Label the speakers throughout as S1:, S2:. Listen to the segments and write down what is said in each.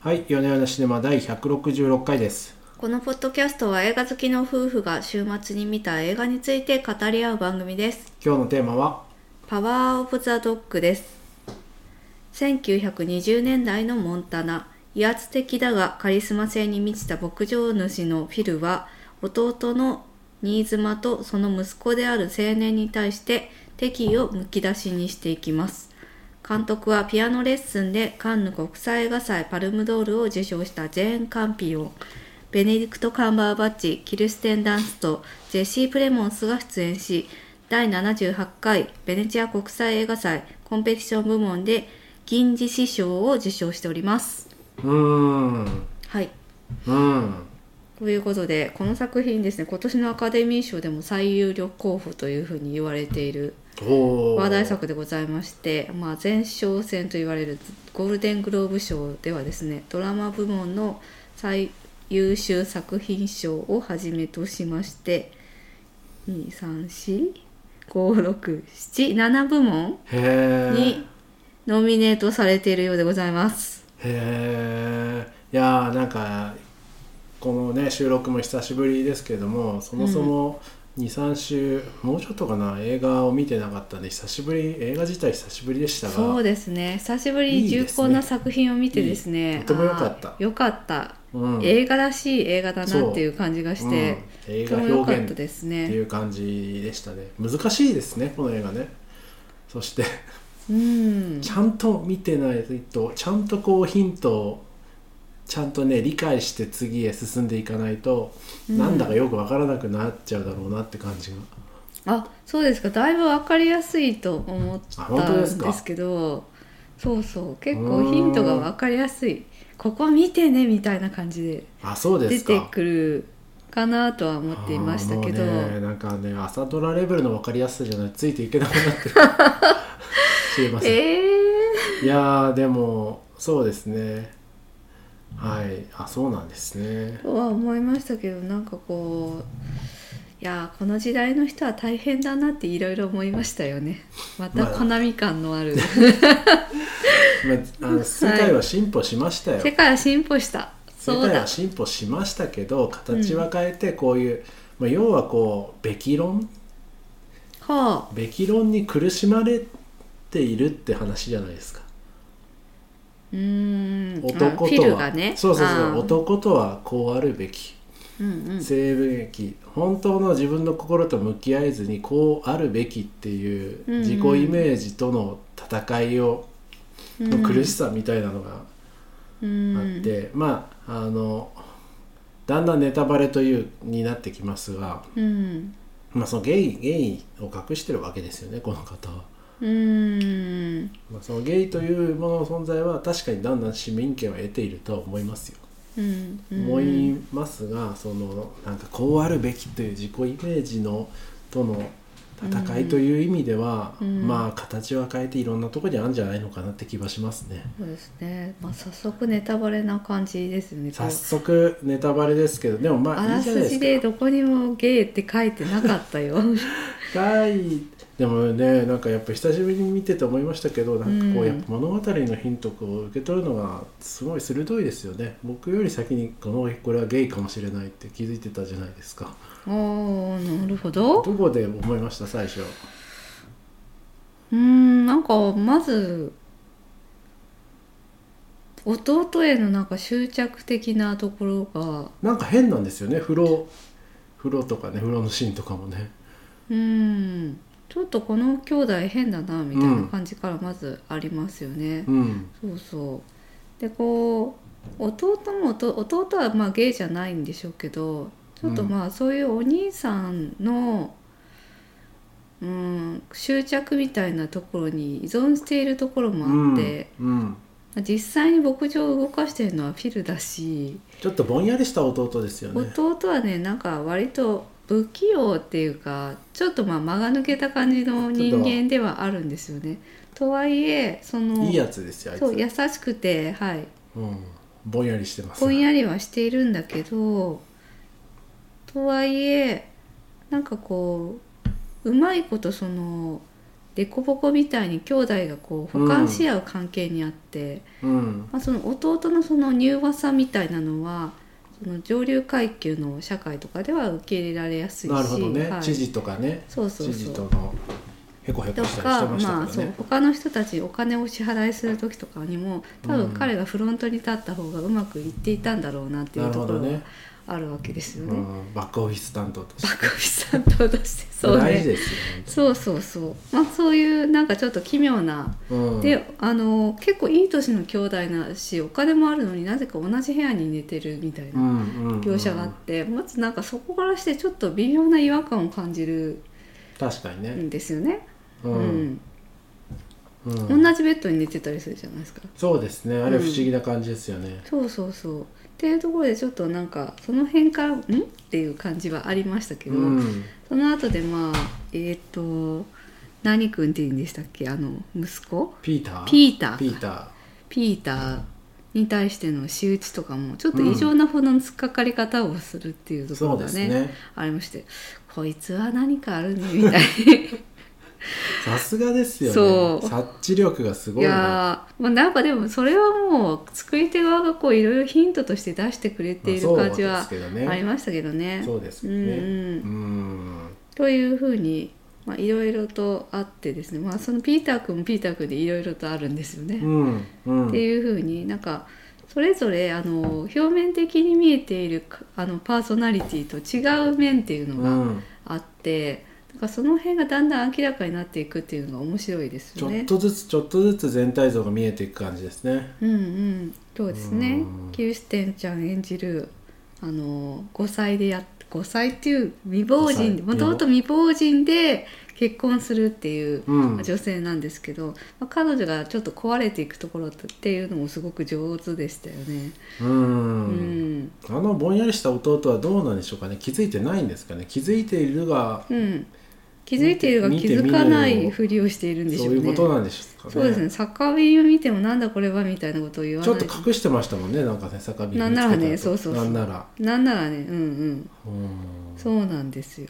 S1: はい、米ネヨネシネマ第166回です。
S2: このポッドキャストは映画好きの夫婦が週末に見た映画について語り合う番組です。
S1: 今日のテーマは、
S2: パワーオブザドッグです。1920年代のモンタナ、威圧的だがカリスマ性に満ちた牧場主のフィルは、弟の新妻とその息子である青年に対して敵意をむき出しにしていきます。監督はピアノレッスンでカンヌ国際映画祭パルムドールを受賞したジェーン・カンピオン、ベネディクト・カンバーバッチ、キルステン・ダンスとジェシー・プレモンスが出演し、第78回ベネチア国際映画祭コンペティション部門で銀獅子賞を受賞しております。
S1: うーん、う
S2: はい。
S1: ーん、
S2: ということで、この作品ですね、今年のアカデミー賞でも最有力候補というふうに言われている
S1: おー
S2: 話題作でございまして、まあ、前哨戦と言われるゴールデングローブ賞ではですねドラマ部門の最優秀作品賞をはじめとしまして2345677部門
S1: へー
S2: にノミネートされているようでございます。
S1: へーいやーなんかこのね収録も久しぶりですけれどもそもそも23週、もうちょっとかな映画を見てなかったんで久しぶり映画自体久しぶりでしたが
S2: そうですね久しぶり
S1: いい
S2: に重
S1: ですね
S2: 厚な作品を見てですね
S1: いいとても良かった
S2: あー良かった、
S1: うん
S2: 映画らしい映画だなっていう感じがして、
S1: うん映
S2: とて
S1: 画
S2: も良か
S1: 表
S2: っ
S1: 現
S2: たです
S1: って
S2: ね
S1: いう感じでしたね難しいですねこの映画ねそして
S2: うん
S1: ちゃんと見てないとちゃんとこうヒントをちゃんとね理解して次へ進んでいかないと、
S2: うん
S1: なんだかよくわからなくなっちゃうだろうなって感じが
S2: あそうですかだいぶ分かりやすいと思っ
S1: あ
S2: た
S1: 本当
S2: ん
S1: で
S2: ですす
S1: か
S2: けどそうそう結
S1: うー
S2: 構
S1: ん
S2: ヒントが分かりやすいここ見てねみたいな感じで
S1: あそうで
S2: 出
S1: すか
S2: てくるかなとは思っていましたけど、
S1: あーもうねなんかね朝ドラレベルの分かりやすさじゃないついていけなくな ってる知りません、
S2: え
S1: いやーでもそうですねはいあそうなんですね
S2: ー、とは思いましたけどなんかこういやーこの時代の人は大変だなっていろいろ思いましたよねまた
S1: まあ
S2: コナミ感のある
S1: まあ、あ の世界は進歩しましたよ、
S2: 世界は進歩した
S1: 世
S2: そう
S1: 界
S2: だ
S1: は進歩しましたけど形は変えてこういう、まあ、要はこうべき論
S2: はあ
S1: べき論に苦しまれているって話じゃないですか
S2: うーんあ
S1: 男
S2: フ
S1: と
S2: ィル
S1: は、
S2: がね
S1: そうそう
S2: あ
S1: そう
S2: ー
S1: 男とはこうあるべき
S2: うんうん
S1: 性べき本当の自分の心と向き合えずにこうあるべきっていう
S2: うんうん
S1: 自己イメージとの戦いを、の苦しさみたいなのが
S2: うん
S1: あって、まああのだんだんネタバレというになってきますが、
S2: うん
S1: まあ、そのゲイゲイを隠してるわけですよねこの方は。
S2: うん
S1: まあ、そのゲイというものの存在は確かにだんだん市民権を得ているとは思いますよ。
S2: うん
S1: 思いますがそのなんかこうあるべきという自己イメージのとの戦いという意味では、
S2: うん
S1: まあ形は変えていろんなところにあるんじゃないのかなって気はしますね。
S2: そうですね、まあ、早速ネタバレな感じですねこ
S1: 早
S2: う
S1: 速ネタバレですけどでもま
S2: あ
S1: あいい
S2: ら
S1: じゃない
S2: す
S1: ですか。
S2: じでどこにもゲイって書いてなかったよ
S1: はいでもねなんかやっぱ久しぶりに見てて思いましたけどなんかこう、
S2: うん
S1: やっぱ物語のヒントをこう受け取るのがすごい鋭いですよね僕より先にこのこれはゲイかもしれないって気づいてたじゃないですか
S2: おおなるほ
S1: ど
S2: ど
S1: こで思いました最初
S2: うんなんかまず弟へのなんか執着的なところが
S1: なんか変なんですよね風呂風呂とかね風呂のシーンとかもね
S2: うんちょっとこの兄弟変だなみたいな感じからまずありますよね、
S1: うん
S2: そうそうでこう弟も弟弟はまあゲイじゃないんでしょうけどちょっと
S1: うん
S2: まあそういうお兄さんの、うん執着みたいなところに依存しているところもあって、
S1: うんうん
S2: まあ実際に牧場を動かしてるのはフィルだし、
S1: ちょっとぼんやりした弟ですよね
S2: 弟はねなんか割と不器用っていうかちょっとまあ間が抜けた感じの人間ではあるんですよね。とはいえその
S1: いいやつですよあいつ
S2: そう優しくてはい
S1: うん、ぼんやりしてます
S2: ぼんやりはしているんだけどとはいえなんかこううまいことその凸凹みたいに兄弟がこう補完し合う関係にあって、
S1: うん
S2: まあ、その弟のその柔和さみたいなのはその上流階級の社会とかでは受け入れられやすいし
S1: なるほどね、
S2: はい、
S1: 知事とかね
S2: そうそう
S1: 知
S2: そ
S1: 事
S2: う
S1: とのへこへことしたりしてま
S2: かまあ
S1: したけ
S2: そ
S1: ど
S2: う
S1: ね、
S2: 他の人たちにお金を支払いする時とかにも多
S1: うん
S2: 分彼がフロントに立った方がうまくいっていたんだろうなってい
S1: な
S2: う
S1: る
S2: と
S1: ほ
S2: こ
S1: ど
S2: ろが
S1: ね、
S2: あるわけです
S1: う
S2: よね。
S1: ん、バックオフィス担当として
S2: バカビさんとしてそう
S1: 大事
S2: ね。
S1: ですよ本当に
S2: そうそうそう。まあそういうなんかちょっと奇妙な
S1: うん、
S2: であの結構いい年の兄弟なしお金もあるのになぜか同じ部屋に寝てるみたいな描写があって、まずなんかそこからしてちょっと微妙な違和感を感じる
S1: 確かにね、
S2: んですよね、
S1: う
S2: うん
S1: うん
S2: 同じベッドに寝てたりするじゃないですか
S1: そうですねあれ不思議な感じですよね、
S2: そうそうそうっていうところでちょっとなんかその辺から「ん?」っていう感じはありましたけ
S1: う
S2: ど、
S1: ん
S2: その後でまあえっ、と何君って言うんでしたっけあの息子
S1: ピーター
S2: ピーター
S1: ピーター
S2: ピーターに対しての仕打ちとかもちょっと異常なほどの突っかかり方をするっていうとこ
S1: そ
S2: ろ
S1: うで
S2: が
S1: す
S2: ね,、
S1: ね
S2: ありましてこいつは何かあるねみたい
S1: さすがですよね
S2: そう
S1: 察知力がす
S2: な
S1: ご
S2: い
S1: いな
S2: やー、まあ、なんかでもそれはもう作り手側がこういろいろヒントとして出してくれている
S1: まあ
S2: 感じは
S1: そうですけど
S2: あり
S1: ね
S2: ましたけどね。
S1: そうですけ
S2: う
S1: ど
S2: んう
S1: ね
S2: ん
S1: うん
S2: というふうにまあいろいろとあってですね、まあ、そのピーター君もピーター君でいろいろとあるんですよね。
S1: うんうん
S2: っていう風になんかそれぞれあの表面的に見えているかあのパーソナリティと違う面っていう
S1: う
S2: のが
S1: ん
S2: あって、なんかその辺がだんだん明らかになっていくっていうのが面白いです
S1: ち
S2: よ
S1: ょっ
S2: ね。
S1: とずつちょっとずつ全体像が見えていく感じですね
S2: うんうん、そうですね
S1: うん。
S2: キューステンちゃん演じるあの5歳でや5歳っていう未亡
S1: 5
S2: 人
S1: 歳
S2: もともと未亡人で結婚するっていう
S1: うん
S2: 女性なんですけど、まあ彼女がちょっと壊れていくところっていうのもすごく上手でしたよね。
S1: う
S2: うんん
S1: あのぼんやりした弟はどうなんでしょうかね気づいてないんですかね気づいているが
S2: うん、気づいているが
S1: 見
S2: 気
S1: て見て
S2: づかないふりをしているん
S1: そう
S2: でしょ
S1: い
S2: うね。
S1: うことなんでしょうかね
S2: そうですね。サッカー便を見てもなんだこれはみたいなことを言わ
S1: ち
S2: な
S1: ょ
S2: い。
S1: っと隠してましたもんねなんかね坂火
S2: なんならね、そうそうそう。
S1: なんなら。
S2: なんならね、うん
S1: う
S2: うん。
S1: ん
S2: そうなんですよ。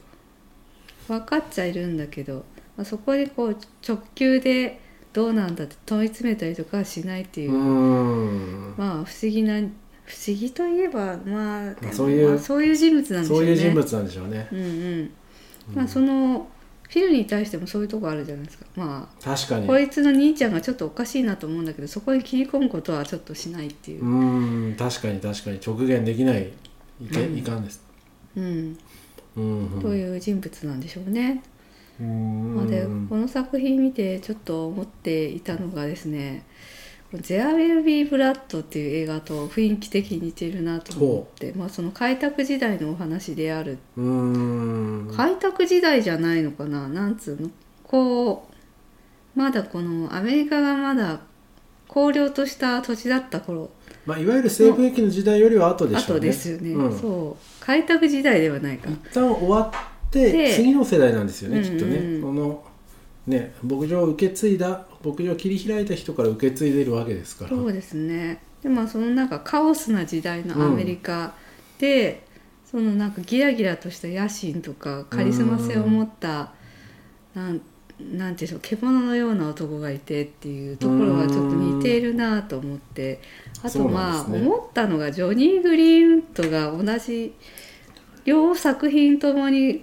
S2: 分かっちゃいるんだけど、まあ、そこにこう直球でどうなんだって問い詰めたりとかはしないっていう、
S1: うん
S2: まあ不思議な不思議といえばまあでも
S1: そういう
S2: まあそういう人物なんでしょ
S1: そうう
S2: ね。
S1: いう人物なんでしょうね
S2: うんうん。まあそのフィルに対してもそういうとこあるじゃないですか。ま
S1: 確か
S2: あ
S1: に
S2: こいつの兄ちゃんがちょっとおかしいなと思うんだけど、そこに切り込むことはちょっとしないっていうう。
S1: ん確かに確かに直言できないいけ、
S2: うん
S1: いかんです
S2: うん。
S1: うんうん
S2: という人物なんでしょうね。
S1: うん
S2: まあでこの作品見てちょっと思っていたのがですね。ゼア・ウェルビー・ブラッドっていう映画と雰囲気的に似てるなと思って、まあ、その開拓時代のお話である
S1: うん
S2: 開拓時代じゃないのかななんつうのこうまだこのアメリカがまだ荒涼とした土地だった頃
S1: まあいわゆる西部劇の時代よりは後でしょうね
S2: 後ですよね、
S1: うん
S2: そう開拓時代ではないか
S1: 一旦終わっ
S2: で
S1: て次の世代なんですよね
S2: うんう
S1: きっ
S2: ん
S1: とねこのね牧場を受け継いだ牧場を切り開いた人から受け継いでるわけですから
S2: そうですねでまあそのなんかカオスな時代のアメリカで、そのなんかギラギラとした野心とかカリスマ性を持ったなんなんていうんでしょう獣のような男がいてっていうところがちょっと似ているなと思ってあとまあ
S1: そうなんですね
S2: 思ったのがジョニー・グリーンとが同じ両作品ともに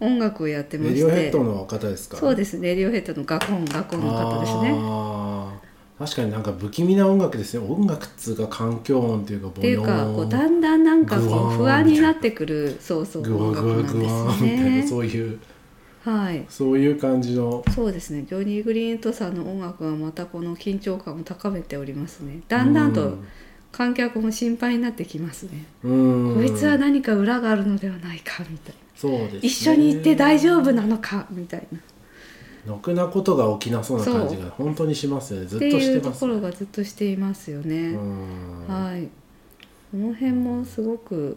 S2: 音楽をやってま
S1: レディオ
S2: し
S1: ヘッ
S2: て
S1: ドの方ですか
S2: そうですねレディオヘッドのガコンガコンの方ですね。
S1: あー確かになんか不気味な音楽ですね音楽っつうか環境音っていうかっ
S2: っていうかこうだんだんなんかこう不安になってくるそうそう
S1: グワ
S2: 音楽
S1: グワ
S2: なん
S1: グ
S2: で
S1: ワみ
S2: す
S1: たいな
S2: ね。
S1: そういう
S2: はい
S1: そういう感じの
S2: そうですねジョニー・グリーントさんの音楽がまたこの緊張感を高めておりますねだんだんと観客も心配になってきますね、
S1: うん
S2: こいつは
S1: うん
S2: 何か裏があるのではないかみたいな、
S1: そうです、ね、
S2: 一緒に行って大丈夫なのかみたいな
S1: ろくなことが起きなそうな感じが本当にしますよねず
S2: っ
S1: ってとし
S2: い
S1: て
S2: うと
S1: ます
S2: ころがずっとしていますよね。
S1: うん
S2: はいこの辺もすごく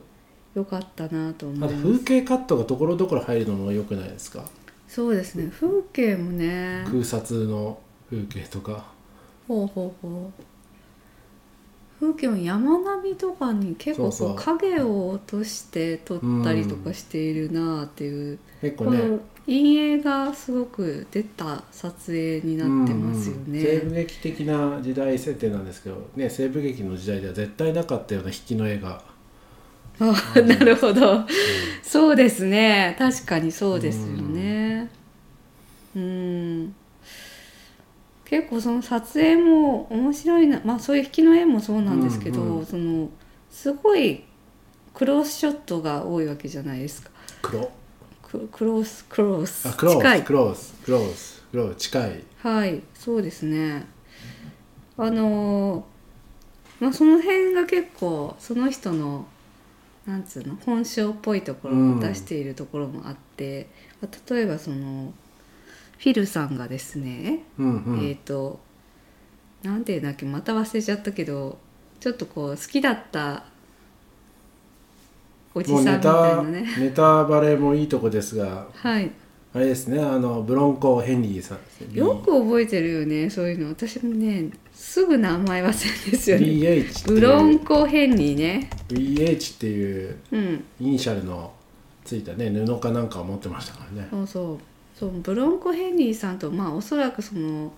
S2: 良かったなと思い
S1: あ
S2: ま
S1: と
S2: す。
S1: 風景カットがところどころ入るのも良くないですか
S2: そうですね風景もね
S1: 空撮の風景とか
S2: ほうほうほう風景も山並みとかに結構
S1: そう
S2: こ
S1: そう
S2: う影を落として撮ったりとかしているなあっていう
S1: 結
S2: こ
S1: 構ね
S2: の陰影がすごく出た撮影になってますよ
S1: うんう
S2: ね
S1: ん、西部劇的な時代設定なんですけど、ね、西部劇の時代では絶対なかったような引きの絵が
S2: あなるほど、そうですね確かにそうですよねうん結構その撮影も面白いなまあそういう引きの絵もそうなんですけど、
S1: うんうん
S2: そのすごいクロスショットが多いわけじゃないですか
S1: 黒
S2: ククロスクロス
S1: あクロー
S2: 近
S1: ス
S2: い
S1: クロースクロースクロース近い
S2: はいそうですねあのーまあその辺が結構その人のなんつうの本性っぽいところを出しているところもあって、まあ例えばそのフィルさんがですね、
S1: うんうん、
S2: えっ、となんていうんだっけまた忘れちゃったけどちょっとこう好きだったおじ
S1: もうネ
S2: さんみたいな
S1: タ
S2: ね
S1: ネタバレもいいとこですが
S2: はい
S1: あれですねあのブロンコ・ヘンリーさんですね
S2: よく覚えてるよねそういうの私もねすぐ名前忘れるんですよね
S1: BH って
S2: ブロ
S1: い
S2: ン
S1: う
S2: コヘンリーね
S1: BH っていう
S2: うん
S1: イニシャルのついたね布かなんかを持ってましたからね
S2: そうそうそうブロンコヘンリーさんとまあおそらくその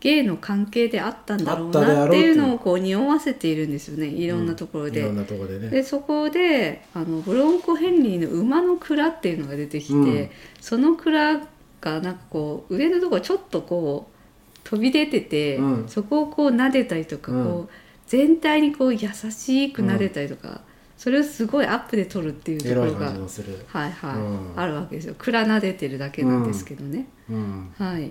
S2: 芸の関係であったんだろう
S1: あったであろう
S2: な
S1: っ
S2: っ
S1: て
S2: て
S1: い
S2: いううのをこう匂わせているんですよねいろんなところ
S1: い
S2: で、
S1: ろんなとこでね
S2: でそこであのブロンコヘンリーの馬の蔵っていうのが出てきて、
S1: うん
S2: その蔵がなんかこう上のところちょっとこう飛び出てて、
S1: うん
S2: そこをこう撫でたりとか、
S1: うん
S2: こう全体にこう優しく撫でたりとか、それをすごいアップで撮るっていうと
S1: エ
S2: こ
S1: ロ
S2: ろ
S1: い
S2: が
S1: 感じのする、
S2: はいはい、
S1: うん
S2: あるわけですよ蔵撫でてるだけなんですけどね、
S1: うん、
S2: はい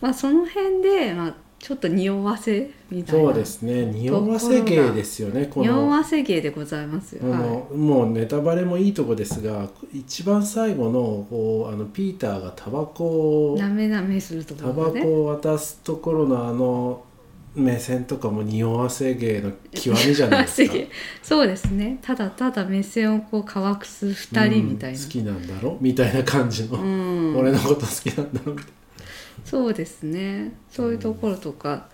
S2: まあその辺で、まあ、ちょっと匂わせみたいな
S1: そうですね匂わせ芸ですよねこの
S2: 匂わせ芸でございますよ、
S1: この
S2: は
S1: もうネタバレもいいとこですが一番最後のこうあのピーターがタバコ
S2: い
S1: を
S2: なめなめするとこ
S1: タ
S2: ろ
S1: バ
S2: が
S1: コ
S2: ね
S1: を渡すところのあの目線とかも匂わせ芸の極みじゃない ですか
S2: 匂わせ芸そうですねただただ目線をこう乾くす2人みたいな
S1: うん好きなんだろみたいな感じの、
S2: うん
S1: 俺のこと好きなんだろみたい
S2: そうですねそういうところとか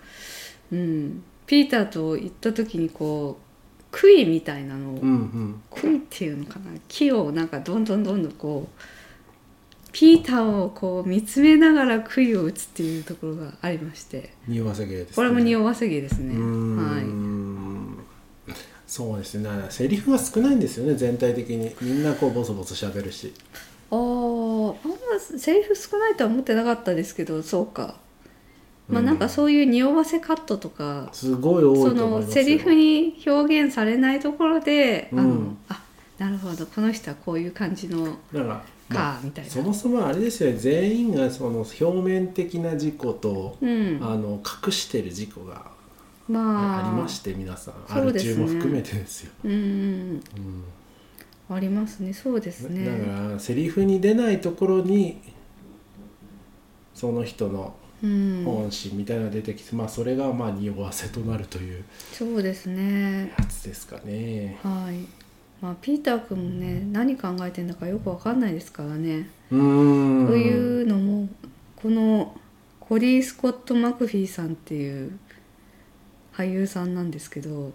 S2: うん、ピーターと行った時にこう杭みたいなのを
S1: な、うんうん、
S2: 杭っていうのかな木をなんかどんどんどんどんこうピーターをこう見つめながら杭を打つっていうところがありまして
S1: 匂わせ芸です、ね、
S2: これも
S1: わ
S2: 匂わせ芸です
S1: せ
S2: ね
S1: うー
S2: は
S1: ん、そうですねセリフが少ないんですよね全体的にみんなこうボソボソしゃべるし
S2: いあーあんまセリフ少ないとは思ってなかったですけどそうかまあ
S1: うん
S2: なんかそういう匂わせカットとか、
S1: すごい多
S2: そ
S1: いと思い
S2: の
S1: ますよ
S2: セリフに表現されないところで、あ
S1: う
S2: の
S1: ん
S2: あなるほどこの人はこういう感じの
S1: だから、まあ
S2: かみたいな
S1: そもそもあれですよね全員がその表面的な事故と、
S2: うん
S1: あの隠してる事故が
S2: ま
S1: あ
S2: あ
S1: りまして皆さんア
S2: そう
S1: ル
S2: です
S1: 中
S2: ね
S1: も含めてですよ、
S2: うんうん
S1: うん
S2: うんありますねそうですね
S1: だからセリフに出ないところにその人の
S2: うん
S1: 本心みたいなのが出てきて、まあそれがまあ匂わせとなるという
S2: そうですね
S1: やつですかね
S2: はいまあピーター君もね何考えてんだかよくわかんないですからね
S1: うーん
S2: というのもこのコリー・スコット・マクフィーさんっていう俳優さんなんですけど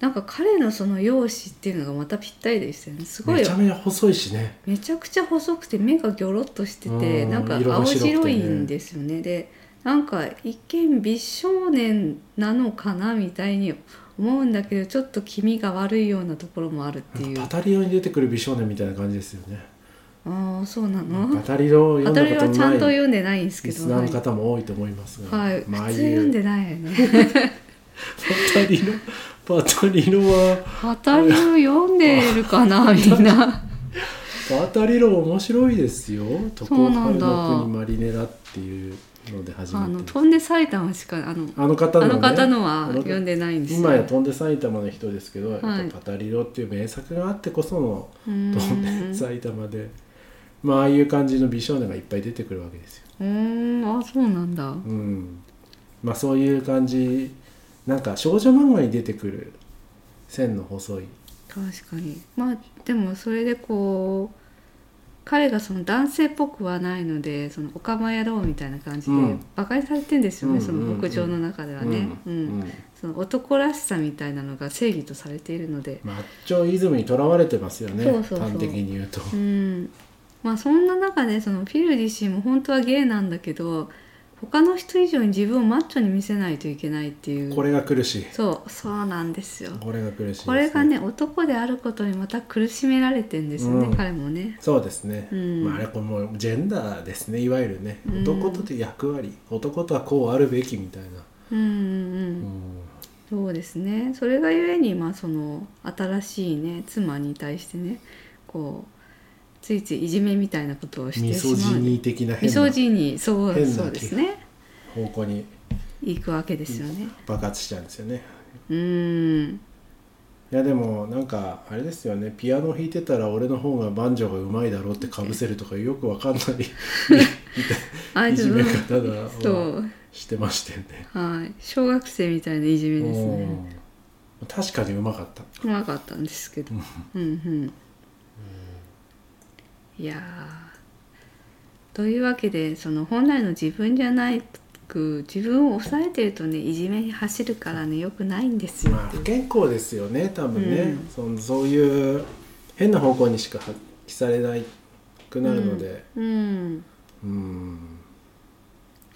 S2: なんか彼のその容姿っていうのがまたぴったりでしたよねすごい
S1: めちゃめちゃ細いしね
S2: めちゃくちゃ細くて目がギョロッとしてて
S1: うん
S2: なんか
S1: 色が
S2: 青
S1: 白くてね
S2: 白いんですよねでなんか一見美少年なのかなみたいに思うんだけどちょっと気味が悪いようなところもあるっていう
S1: パタリオに出てくる美少年みたいな感じですよね
S2: ああそうなの
S1: パタリオを読ん
S2: 当 たり
S1: だこ
S2: はちゃん
S1: と
S2: と
S1: ない
S2: 読んでないんですけ
S1: リ
S2: ど
S1: スナーの方も多いと思いますが、
S2: はい、
S1: まあああ
S2: 普通
S1: い
S2: 読ん
S1: う
S2: でないよ ね。
S1: パタリロパタリロは
S2: 当たりを読んでるかな、みん な。
S1: パタリロ面白いですよ「特
S2: そうなん
S1: 攻
S2: だ
S1: の国マリネラ」っていうので始ま
S2: あ
S1: って
S2: の
S1: る
S2: 飛んで埼玉しか、あの、
S1: あの方
S2: あ
S1: の,、ね、
S2: の方のは読んでないんですよ。
S1: 今や飛んで埼玉の人ですけど、
S2: はい
S1: やっぱパタリロっていう名作があってこその
S2: う
S1: 飛ん
S2: ー
S1: で
S2: ん。
S1: 埼玉で、まあああいう感じの美少年がいっぱい出てくるわけですよ。
S2: うーん、あ、そうなんだ。
S1: うんまあ、そういう感じなんか少女漫画に出てくる線の細い、
S2: 確かに。まあ、でも、それでこう。彼がその男性っぽくはないので、そのおかま野郎みたいな感じで
S1: うん、
S2: 馬鹿にされてんですよね、
S1: うん
S2: その牧場の中ではね。
S1: うん
S2: うん
S1: うん
S2: その男らしさみたいなのが正義とされているので。
S1: マッチョイズムにとらわれてますよね
S2: そうそうそう
S1: 端的に言うと。
S2: うん、まあそんな中でそのフィル自身も本当はゲイなんだけど他の人以上に自分をマッチョに見せないといけないっていう
S1: これが苦しい
S2: そうそうなんですよ
S1: これが苦しいです、
S2: これがね男であることにまた苦しめられてんですよね、
S1: うん
S2: 彼もね
S1: そうですね、
S2: うん
S1: まあ、あれこれもうジェンダーですねいわゆるね
S2: うん
S1: 男とって役割、男とはこうあるべきみたいな、
S2: うんうんう
S1: うんん、
S2: そうですねそれがゆえにまあその新しいね妻に対してねこうついついいじめみたいなことをし
S1: ミ
S2: てし
S1: ソ
S2: ま
S1: ジ
S2: う
S1: ニー的な
S2: み
S1: 変
S2: そ
S1: な
S2: じにそう
S1: 変な
S2: そうですね
S1: 方向に
S2: 行くわけですよね
S1: 爆発しちゃうんですよね
S2: うん
S1: いやでもなんかあれですよねピアノ弾いてたら俺の方がバンジョーが上手いだろうってかぶせるとかよくわかんない
S2: あ
S1: いじめ方
S2: ちょ
S1: だ
S2: っと
S1: してましたよね。
S2: はい小学生みたいないじめですね
S1: うん確かにうまかった。
S2: うまかったんですけどうんうんいやーというわけでその本来の自分じゃないく自分を抑えてるとねいじめに走るからねよくないんですよ
S1: まあ
S2: ってい
S1: 不
S2: う
S1: 健康ですよね多分ね、
S2: うん
S1: そのそういう変な方向にしか発揮されなくなるので、
S2: うん
S1: うん、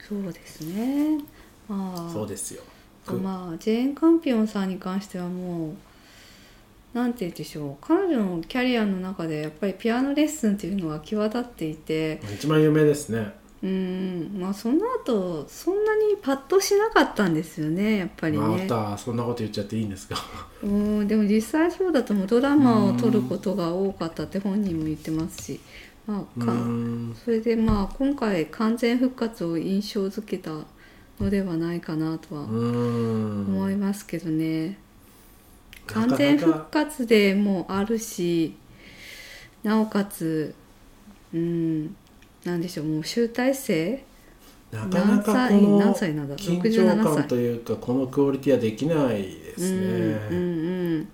S2: そうですねまあ
S1: そうですよ。く
S2: まあジェーン・カンピオンさんに関してはもうなんて言うんでしょう彼女のキャリアの中でやっぱりピアノレッスンっていうのが際立っていて
S1: 一番有名ですね。
S2: うんまあその後そんなにパッとしなかったんですよねやっぱり
S1: ま
S2: ね、
S1: たそんなこと言っちゃっていいんですか。
S2: うんでも実際そうだともうドラマを撮ることが多かったって本人も言ってますし、まあ、か
S1: うん
S2: それでまあ今回完全復活を印象づけたのではないかなとは
S1: うん
S2: 思いますけどね。
S1: なかな
S2: 完
S1: か
S2: 全復活でもうあるしなおかつうんなんでしょうもう集大成
S1: なかなかこの
S2: 何歳何歳なんだ
S1: 緊
S2: 67
S1: 張
S2: 歳
S1: 感というかこのクオリティはできないです
S2: うん
S1: ね。
S2: うんうん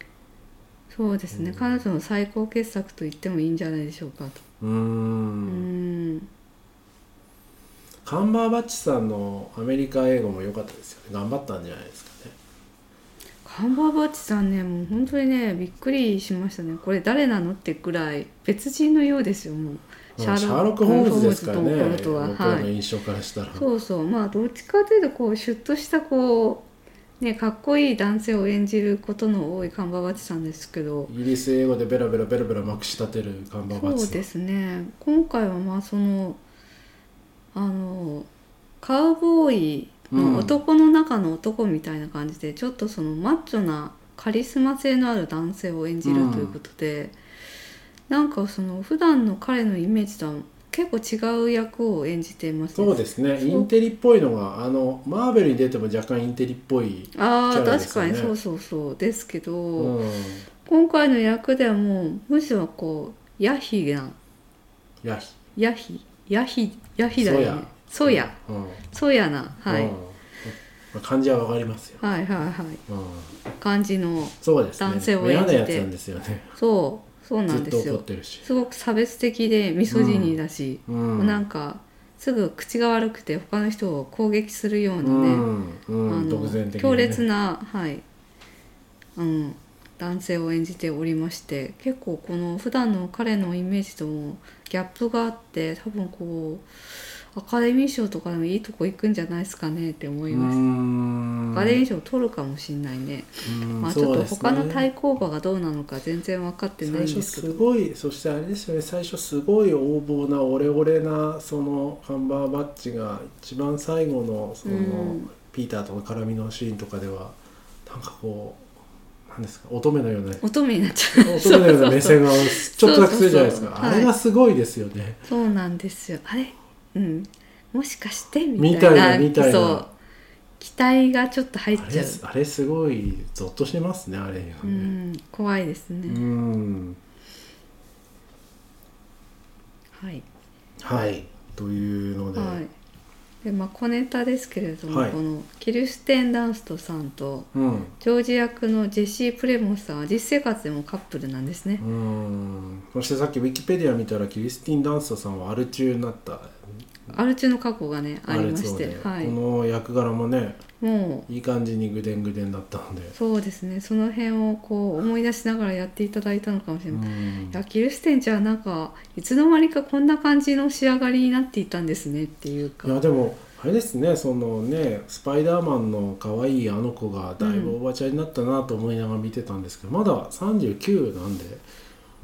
S2: そうですね、
S1: うん
S2: 彼女の最高傑作と言ってもいいんじゃないでしょうかと
S1: うん
S2: うん
S1: カンバーバッチさんのアメリカ英語も良かったですよね。頑張ったんじゃないですかね。
S2: カンバーバッチさんねもう本当にねびっくりしましたねこれ誰なのってくらい別人のようですよもう
S1: シャーロック・ホームズですからね。
S2: ホームズとホームズ
S1: 僕
S2: とはは
S1: ら
S2: い
S1: の印象からしたら。
S2: そうそうまあどっちかというとこうシュッとしたこうねかっこいい男性を演じることの多いカンバーバッチさんですけど
S1: イギリス英語でベラベラベラベラまくし立てるカンバーバッチ
S2: そう
S1: さ
S2: で
S1: ん。
S2: すね今回はまあそのあのカウボーイの男の中の男みたいな感じで、ちょっとそのマッチョなカリスマ性のある男性を演じるということで、なんかその普段の彼のイメージとは結構違う役を演じていますね
S1: そうですね。
S2: そう
S1: インテリっぽいのがあのマーベルに出ても若干インテリっぽい。
S2: あ
S1: キ
S2: あ
S1: ャラで
S2: 確
S1: すよ
S2: か
S1: ね
S2: にそうそうそうですけど、
S1: うん。
S2: 今回の役ではもうむしろこうヤヒな
S1: ヤ
S2: ヤヒヤヒヤヒだよね
S1: そ
S2: そうう
S1: や
S2: や。
S1: うん。
S2: そうやなはい、
S1: うんまあ感じはわかりますよ。
S2: はいはいはい
S1: うん。
S2: 感じの
S1: そうですね。
S2: 男性を演じて
S1: 嫌なやつなんですよね。
S2: そうそうな
S1: ず
S2: ん
S1: っ
S2: で
S1: と
S2: す
S1: 怒っ
S2: よ
S1: てるし。
S2: すごく差別的でミソジニーだし、
S1: うん。
S2: なんかすぐ口が悪くて他の人を攻撃するような
S1: う
S2: ね、
S1: ん、うん、
S2: あ
S1: 独
S2: の
S1: 善的なね
S2: 強烈な、はいうん、男性を演じておりまして結構この普段の彼のイメージともギャップがあって多分こうアカデミー賞とかでもいいとこ行くんじゃないですかねって思いま
S1: う
S2: し
S1: ー
S2: た、
S1: ん
S2: アカデミー賞取るかもしんないね、
S1: うん
S2: まあ、ちょっ
S1: そう
S2: と
S1: ですね
S2: 他の対抗馬がどうなのか全然分かってない
S1: 最
S2: んで
S1: 初
S2: すけ
S1: す
S2: ど
S1: ごいそしてあれですよね最初すごい横暴なオレオレなそのハンバーバッチが一番最後のその、
S2: うん
S1: ピーターとの絡みのシーンとかではなんかこうなんですか乙女のような
S2: 乙女になっちゃう
S1: 乙女のような目線がちょっとだけするじゃないです
S2: そう
S1: か
S2: そうそう
S1: あれがすごいですよね、
S2: そうなんですよあれうんもしかしてみ
S1: み
S2: た
S1: た
S2: い
S1: い
S2: な
S1: なみたいな
S2: そう期待がちょっと入っ
S1: あ
S2: ちゃ
S1: れ
S2: う
S1: あれすごいゾッとしますねあれね
S2: うん、怖いです
S1: う
S2: ね、
S1: ん
S2: はい、
S1: はいというので、
S2: はいでまあ、小ネタですけれども、
S1: はい
S2: このキルステン・ダンストさんと
S1: うん
S2: ジョージ役のジェシー・プレモスさんは実生活でもカップルなんですね
S1: う、んそしてさっきウィキペディア見たらキリスティン・ダンストさんはアル中になった
S2: アル中の過去がねありまし
S1: そう
S2: て
S1: で、
S2: はい
S1: こ、の役柄もね
S2: もう
S1: いい感じにぐでんぐでんだったんで
S2: そうですねその辺をこう思い出しながらやっていただいたのかもしれ
S1: う
S2: ない、
S1: ん
S2: いやキルステンちゃんなんかいつの間にかこんな感じの仕上がりになっていたんですねっていうか
S1: いやでもあれですねそのねスパイダーマンの可愛いあの子がだいぶおばちゃんになったなと思いながら見てたんですけど、まだ39なんで、
S2: まあ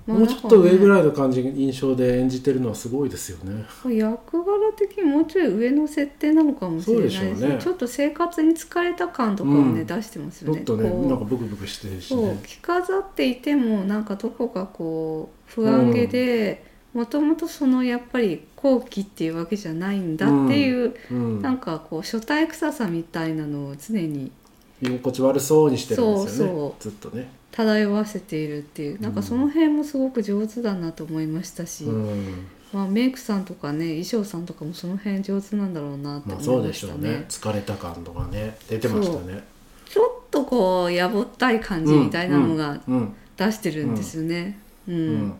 S1: もうちょっと上ぐ
S2: なん
S1: らいの感じ印象で演じてるのはすごいですよね。
S2: かね役柄的にもうちょい上の設定なのかもしれないですね
S1: そうでしょうね
S2: ちょっと生活に疲れた感とかを
S1: う
S2: ね、
S1: ん
S2: 出してます
S1: ちょ
S2: よ
S1: っ
S2: ね
S1: とね
S2: こう
S1: なんかブクブクしてるし
S2: そう
S1: ね。
S2: 着飾っていてもなんかどこかこう不安げでもともとそのやっぱり後期っていうわけじゃないんだっていう、
S1: うん、
S2: なんかこう初体臭さみたいなのを常に
S1: 居心地悪そうにしてるんですよね
S2: そう
S1: ずっとね。
S2: 漂わせているっていうなんかその辺もすごく上手だなと思いましたし、
S1: うん
S2: まあ、メイクさんとかね衣装さんとかもその辺上手なんだろうなって
S1: まあそう
S2: 思いま
S1: でし
S2: し
S1: ょ
S2: た
S1: う
S2: ね。
S1: ね疲れた感とかね出てましたね。
S2: ちょっとこうやぼったい感じみたいなのが
S1: うん
S2: 出してるんですよね。うん、
S1: うん、うん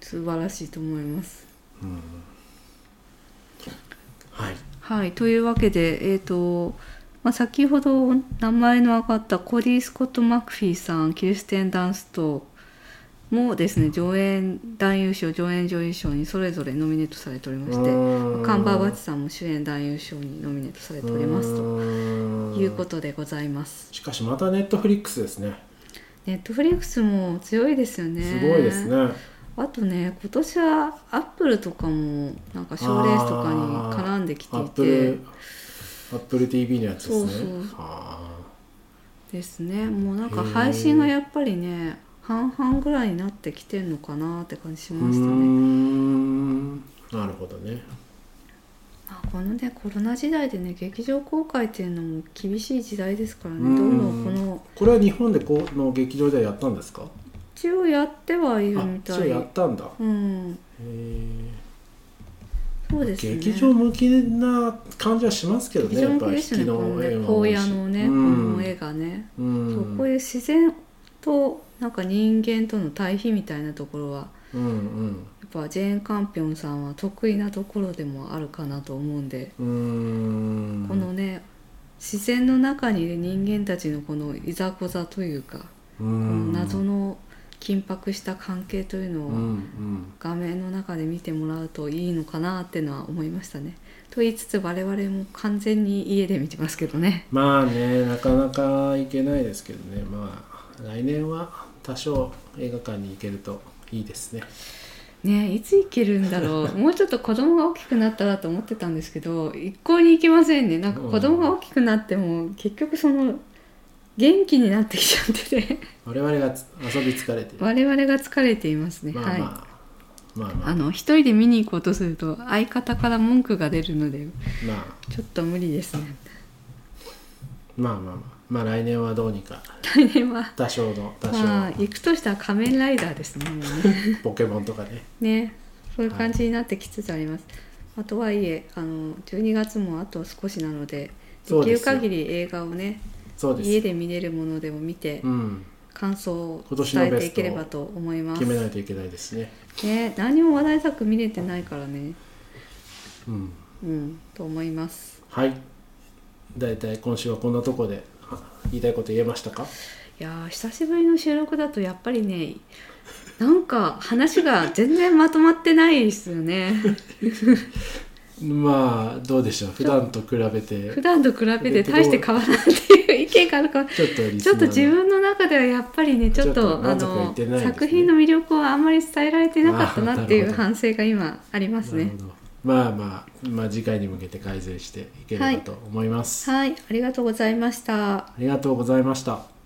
S2: 素晴らしいと思います。
S1: うんはい
S2: はい、というわけで、えーとまあ、先ほど名前の挙がったコリー・スコット・マクフィーさんキリステン・ダンスともですね上演男優賞上演女優賞にそれぞれノミネートされておりまして
S1: うん
S2: カンバーバッチさんも主演男優賞にノミネートされておりますと
S1: と
S2: いうことでございます。
S1: しかしまたネットフリックスですね
S2: ネットフリックスも強いですよね。
S1: すごいですね
S2: あとね今年はアップルとかもなんか賞レースとかに絡んできて
S1: アッ
S2: い
S1: プ
S2: て
S1: ルアップル TV のやつですね
S2: そうそう
S1: あ
S2: ですねもうなんか配信がやっぱりね半々ぐらいになってきてるのかなって感じし
S1: ーう
S2: ました
S1: ー
S2: ね、
S1: んなるほどね
S2: まあ、このねコロナ時代でね劇場公開っていうのも厳しい時代ですからね
S1: うん
S2: どんどんこの
S1: これは日本でこの劇場ではやったんですか
S2: 一応やってはいる
S1: あ
S2: みた
S1: 一応
S2: い
S1: やったんだへ
S2: うん
S1: ー
S2: そうですね
S1: 劇場向きな感じはしますけどね
S2: 劇
S1: や
S2: 場
S1: っ
S2: 向
S1: ぱり
S2: き
S1: 引
S2: で
S1: き
S2: すよねこの
S1: の
S2: ね
S1: 絵も多い
S2: 荒
S1: し
S2: 野のね、
S1: うん
S2: この絵がね、
S1: う
S2: そうんこういう自然となんか人間との対比みたいなところは
S1: うんうん
S2: やっぱジェーン・カンピョンさんは得意なところでもあるかなと思うんで
S1: うーん
S2: このね自然の中にいる人間たちのこのいざこざというか、
S1: う
S2: この
S1: ん
S2: 謎の緊迫した関係という
S1: う
S2: のを、
S1: んうん
S2: 画面の中で見てもらうといいのかなってのは思いましたね。と言いつつ我々も完全に家で見てますけどね。
S1: まあねなかなか行けないですけどねまあ来年は多少映画館に行けるといいですね
S2: ねえいつ行けるん だろうもうちょっと子供が大きくなったらと思ってたんですけど一向に行けませんねなんか子供が大きくなっても結局その元気になってきちゃってて
S1: 我々がつ遊び疲れてる
S2: 我々が疲れていますね、
S1: まあまあ、
S2: はい。
S1: まあまあ
S2: あの一人で見に行こうとすると相方から文句が出るので
S1: まあ
S2: ちょっと無理ですね
S1: まあまあまあまあ来年はどうにか
S2: 来年は
S1: 多少の多少、
S2: まあ行くとしたら仮面ライダーですねもうね
S1: ポケモンとかね
S2: ねそういう感じになってきつつあります、まあとはいえあの12月もあと少しなので
S1: そ
S2: で
S1: うで
S2: きる
S1: すよ
S2: 限り映画をね
S1: そうです
S2: 家で見れるものでも見て
S1: うん
S2: 感想を
S1: 今年の
S2: 伝え
S1: ベ
S2: てい
S1: スト
S2: ければと思います
S1: 決めないといけないですね
S2: ね何も話題作見れてないからね
S1: うん
S2: うんと思います
S1: はい大体今週はこんなとこであ言いたいこと言えましたか
S2: いやー久しぶりの収録だとやっぱりねなんか話が全然まとまってないですよ ね
S1: まあどうでしょう普段と比べて
S2: 普段と比べて大して変わらないっていう意見があるから
S1: ちょっとリス
S2: ち
S1: ナ
S2: ょっ
S1: ー
S2: と
S1: の
S2: 自分の中ではやっぱりねちょっ
S1: ちょっ
S2: と
S1: と
S2: あ
S1: 満足い
S2: の
S1: ってないですね
S2: 作品の魅力をあんまり伝えられてなかったなってい
S1: あーなる
S2: う
S1: ほど
S2: 反省が今あります
S1: な
S2: ね
S1: るほどまあまあまあ次回に向けて改善していければと思います、
S2: はいありがとうございました
S1: ありがとうございました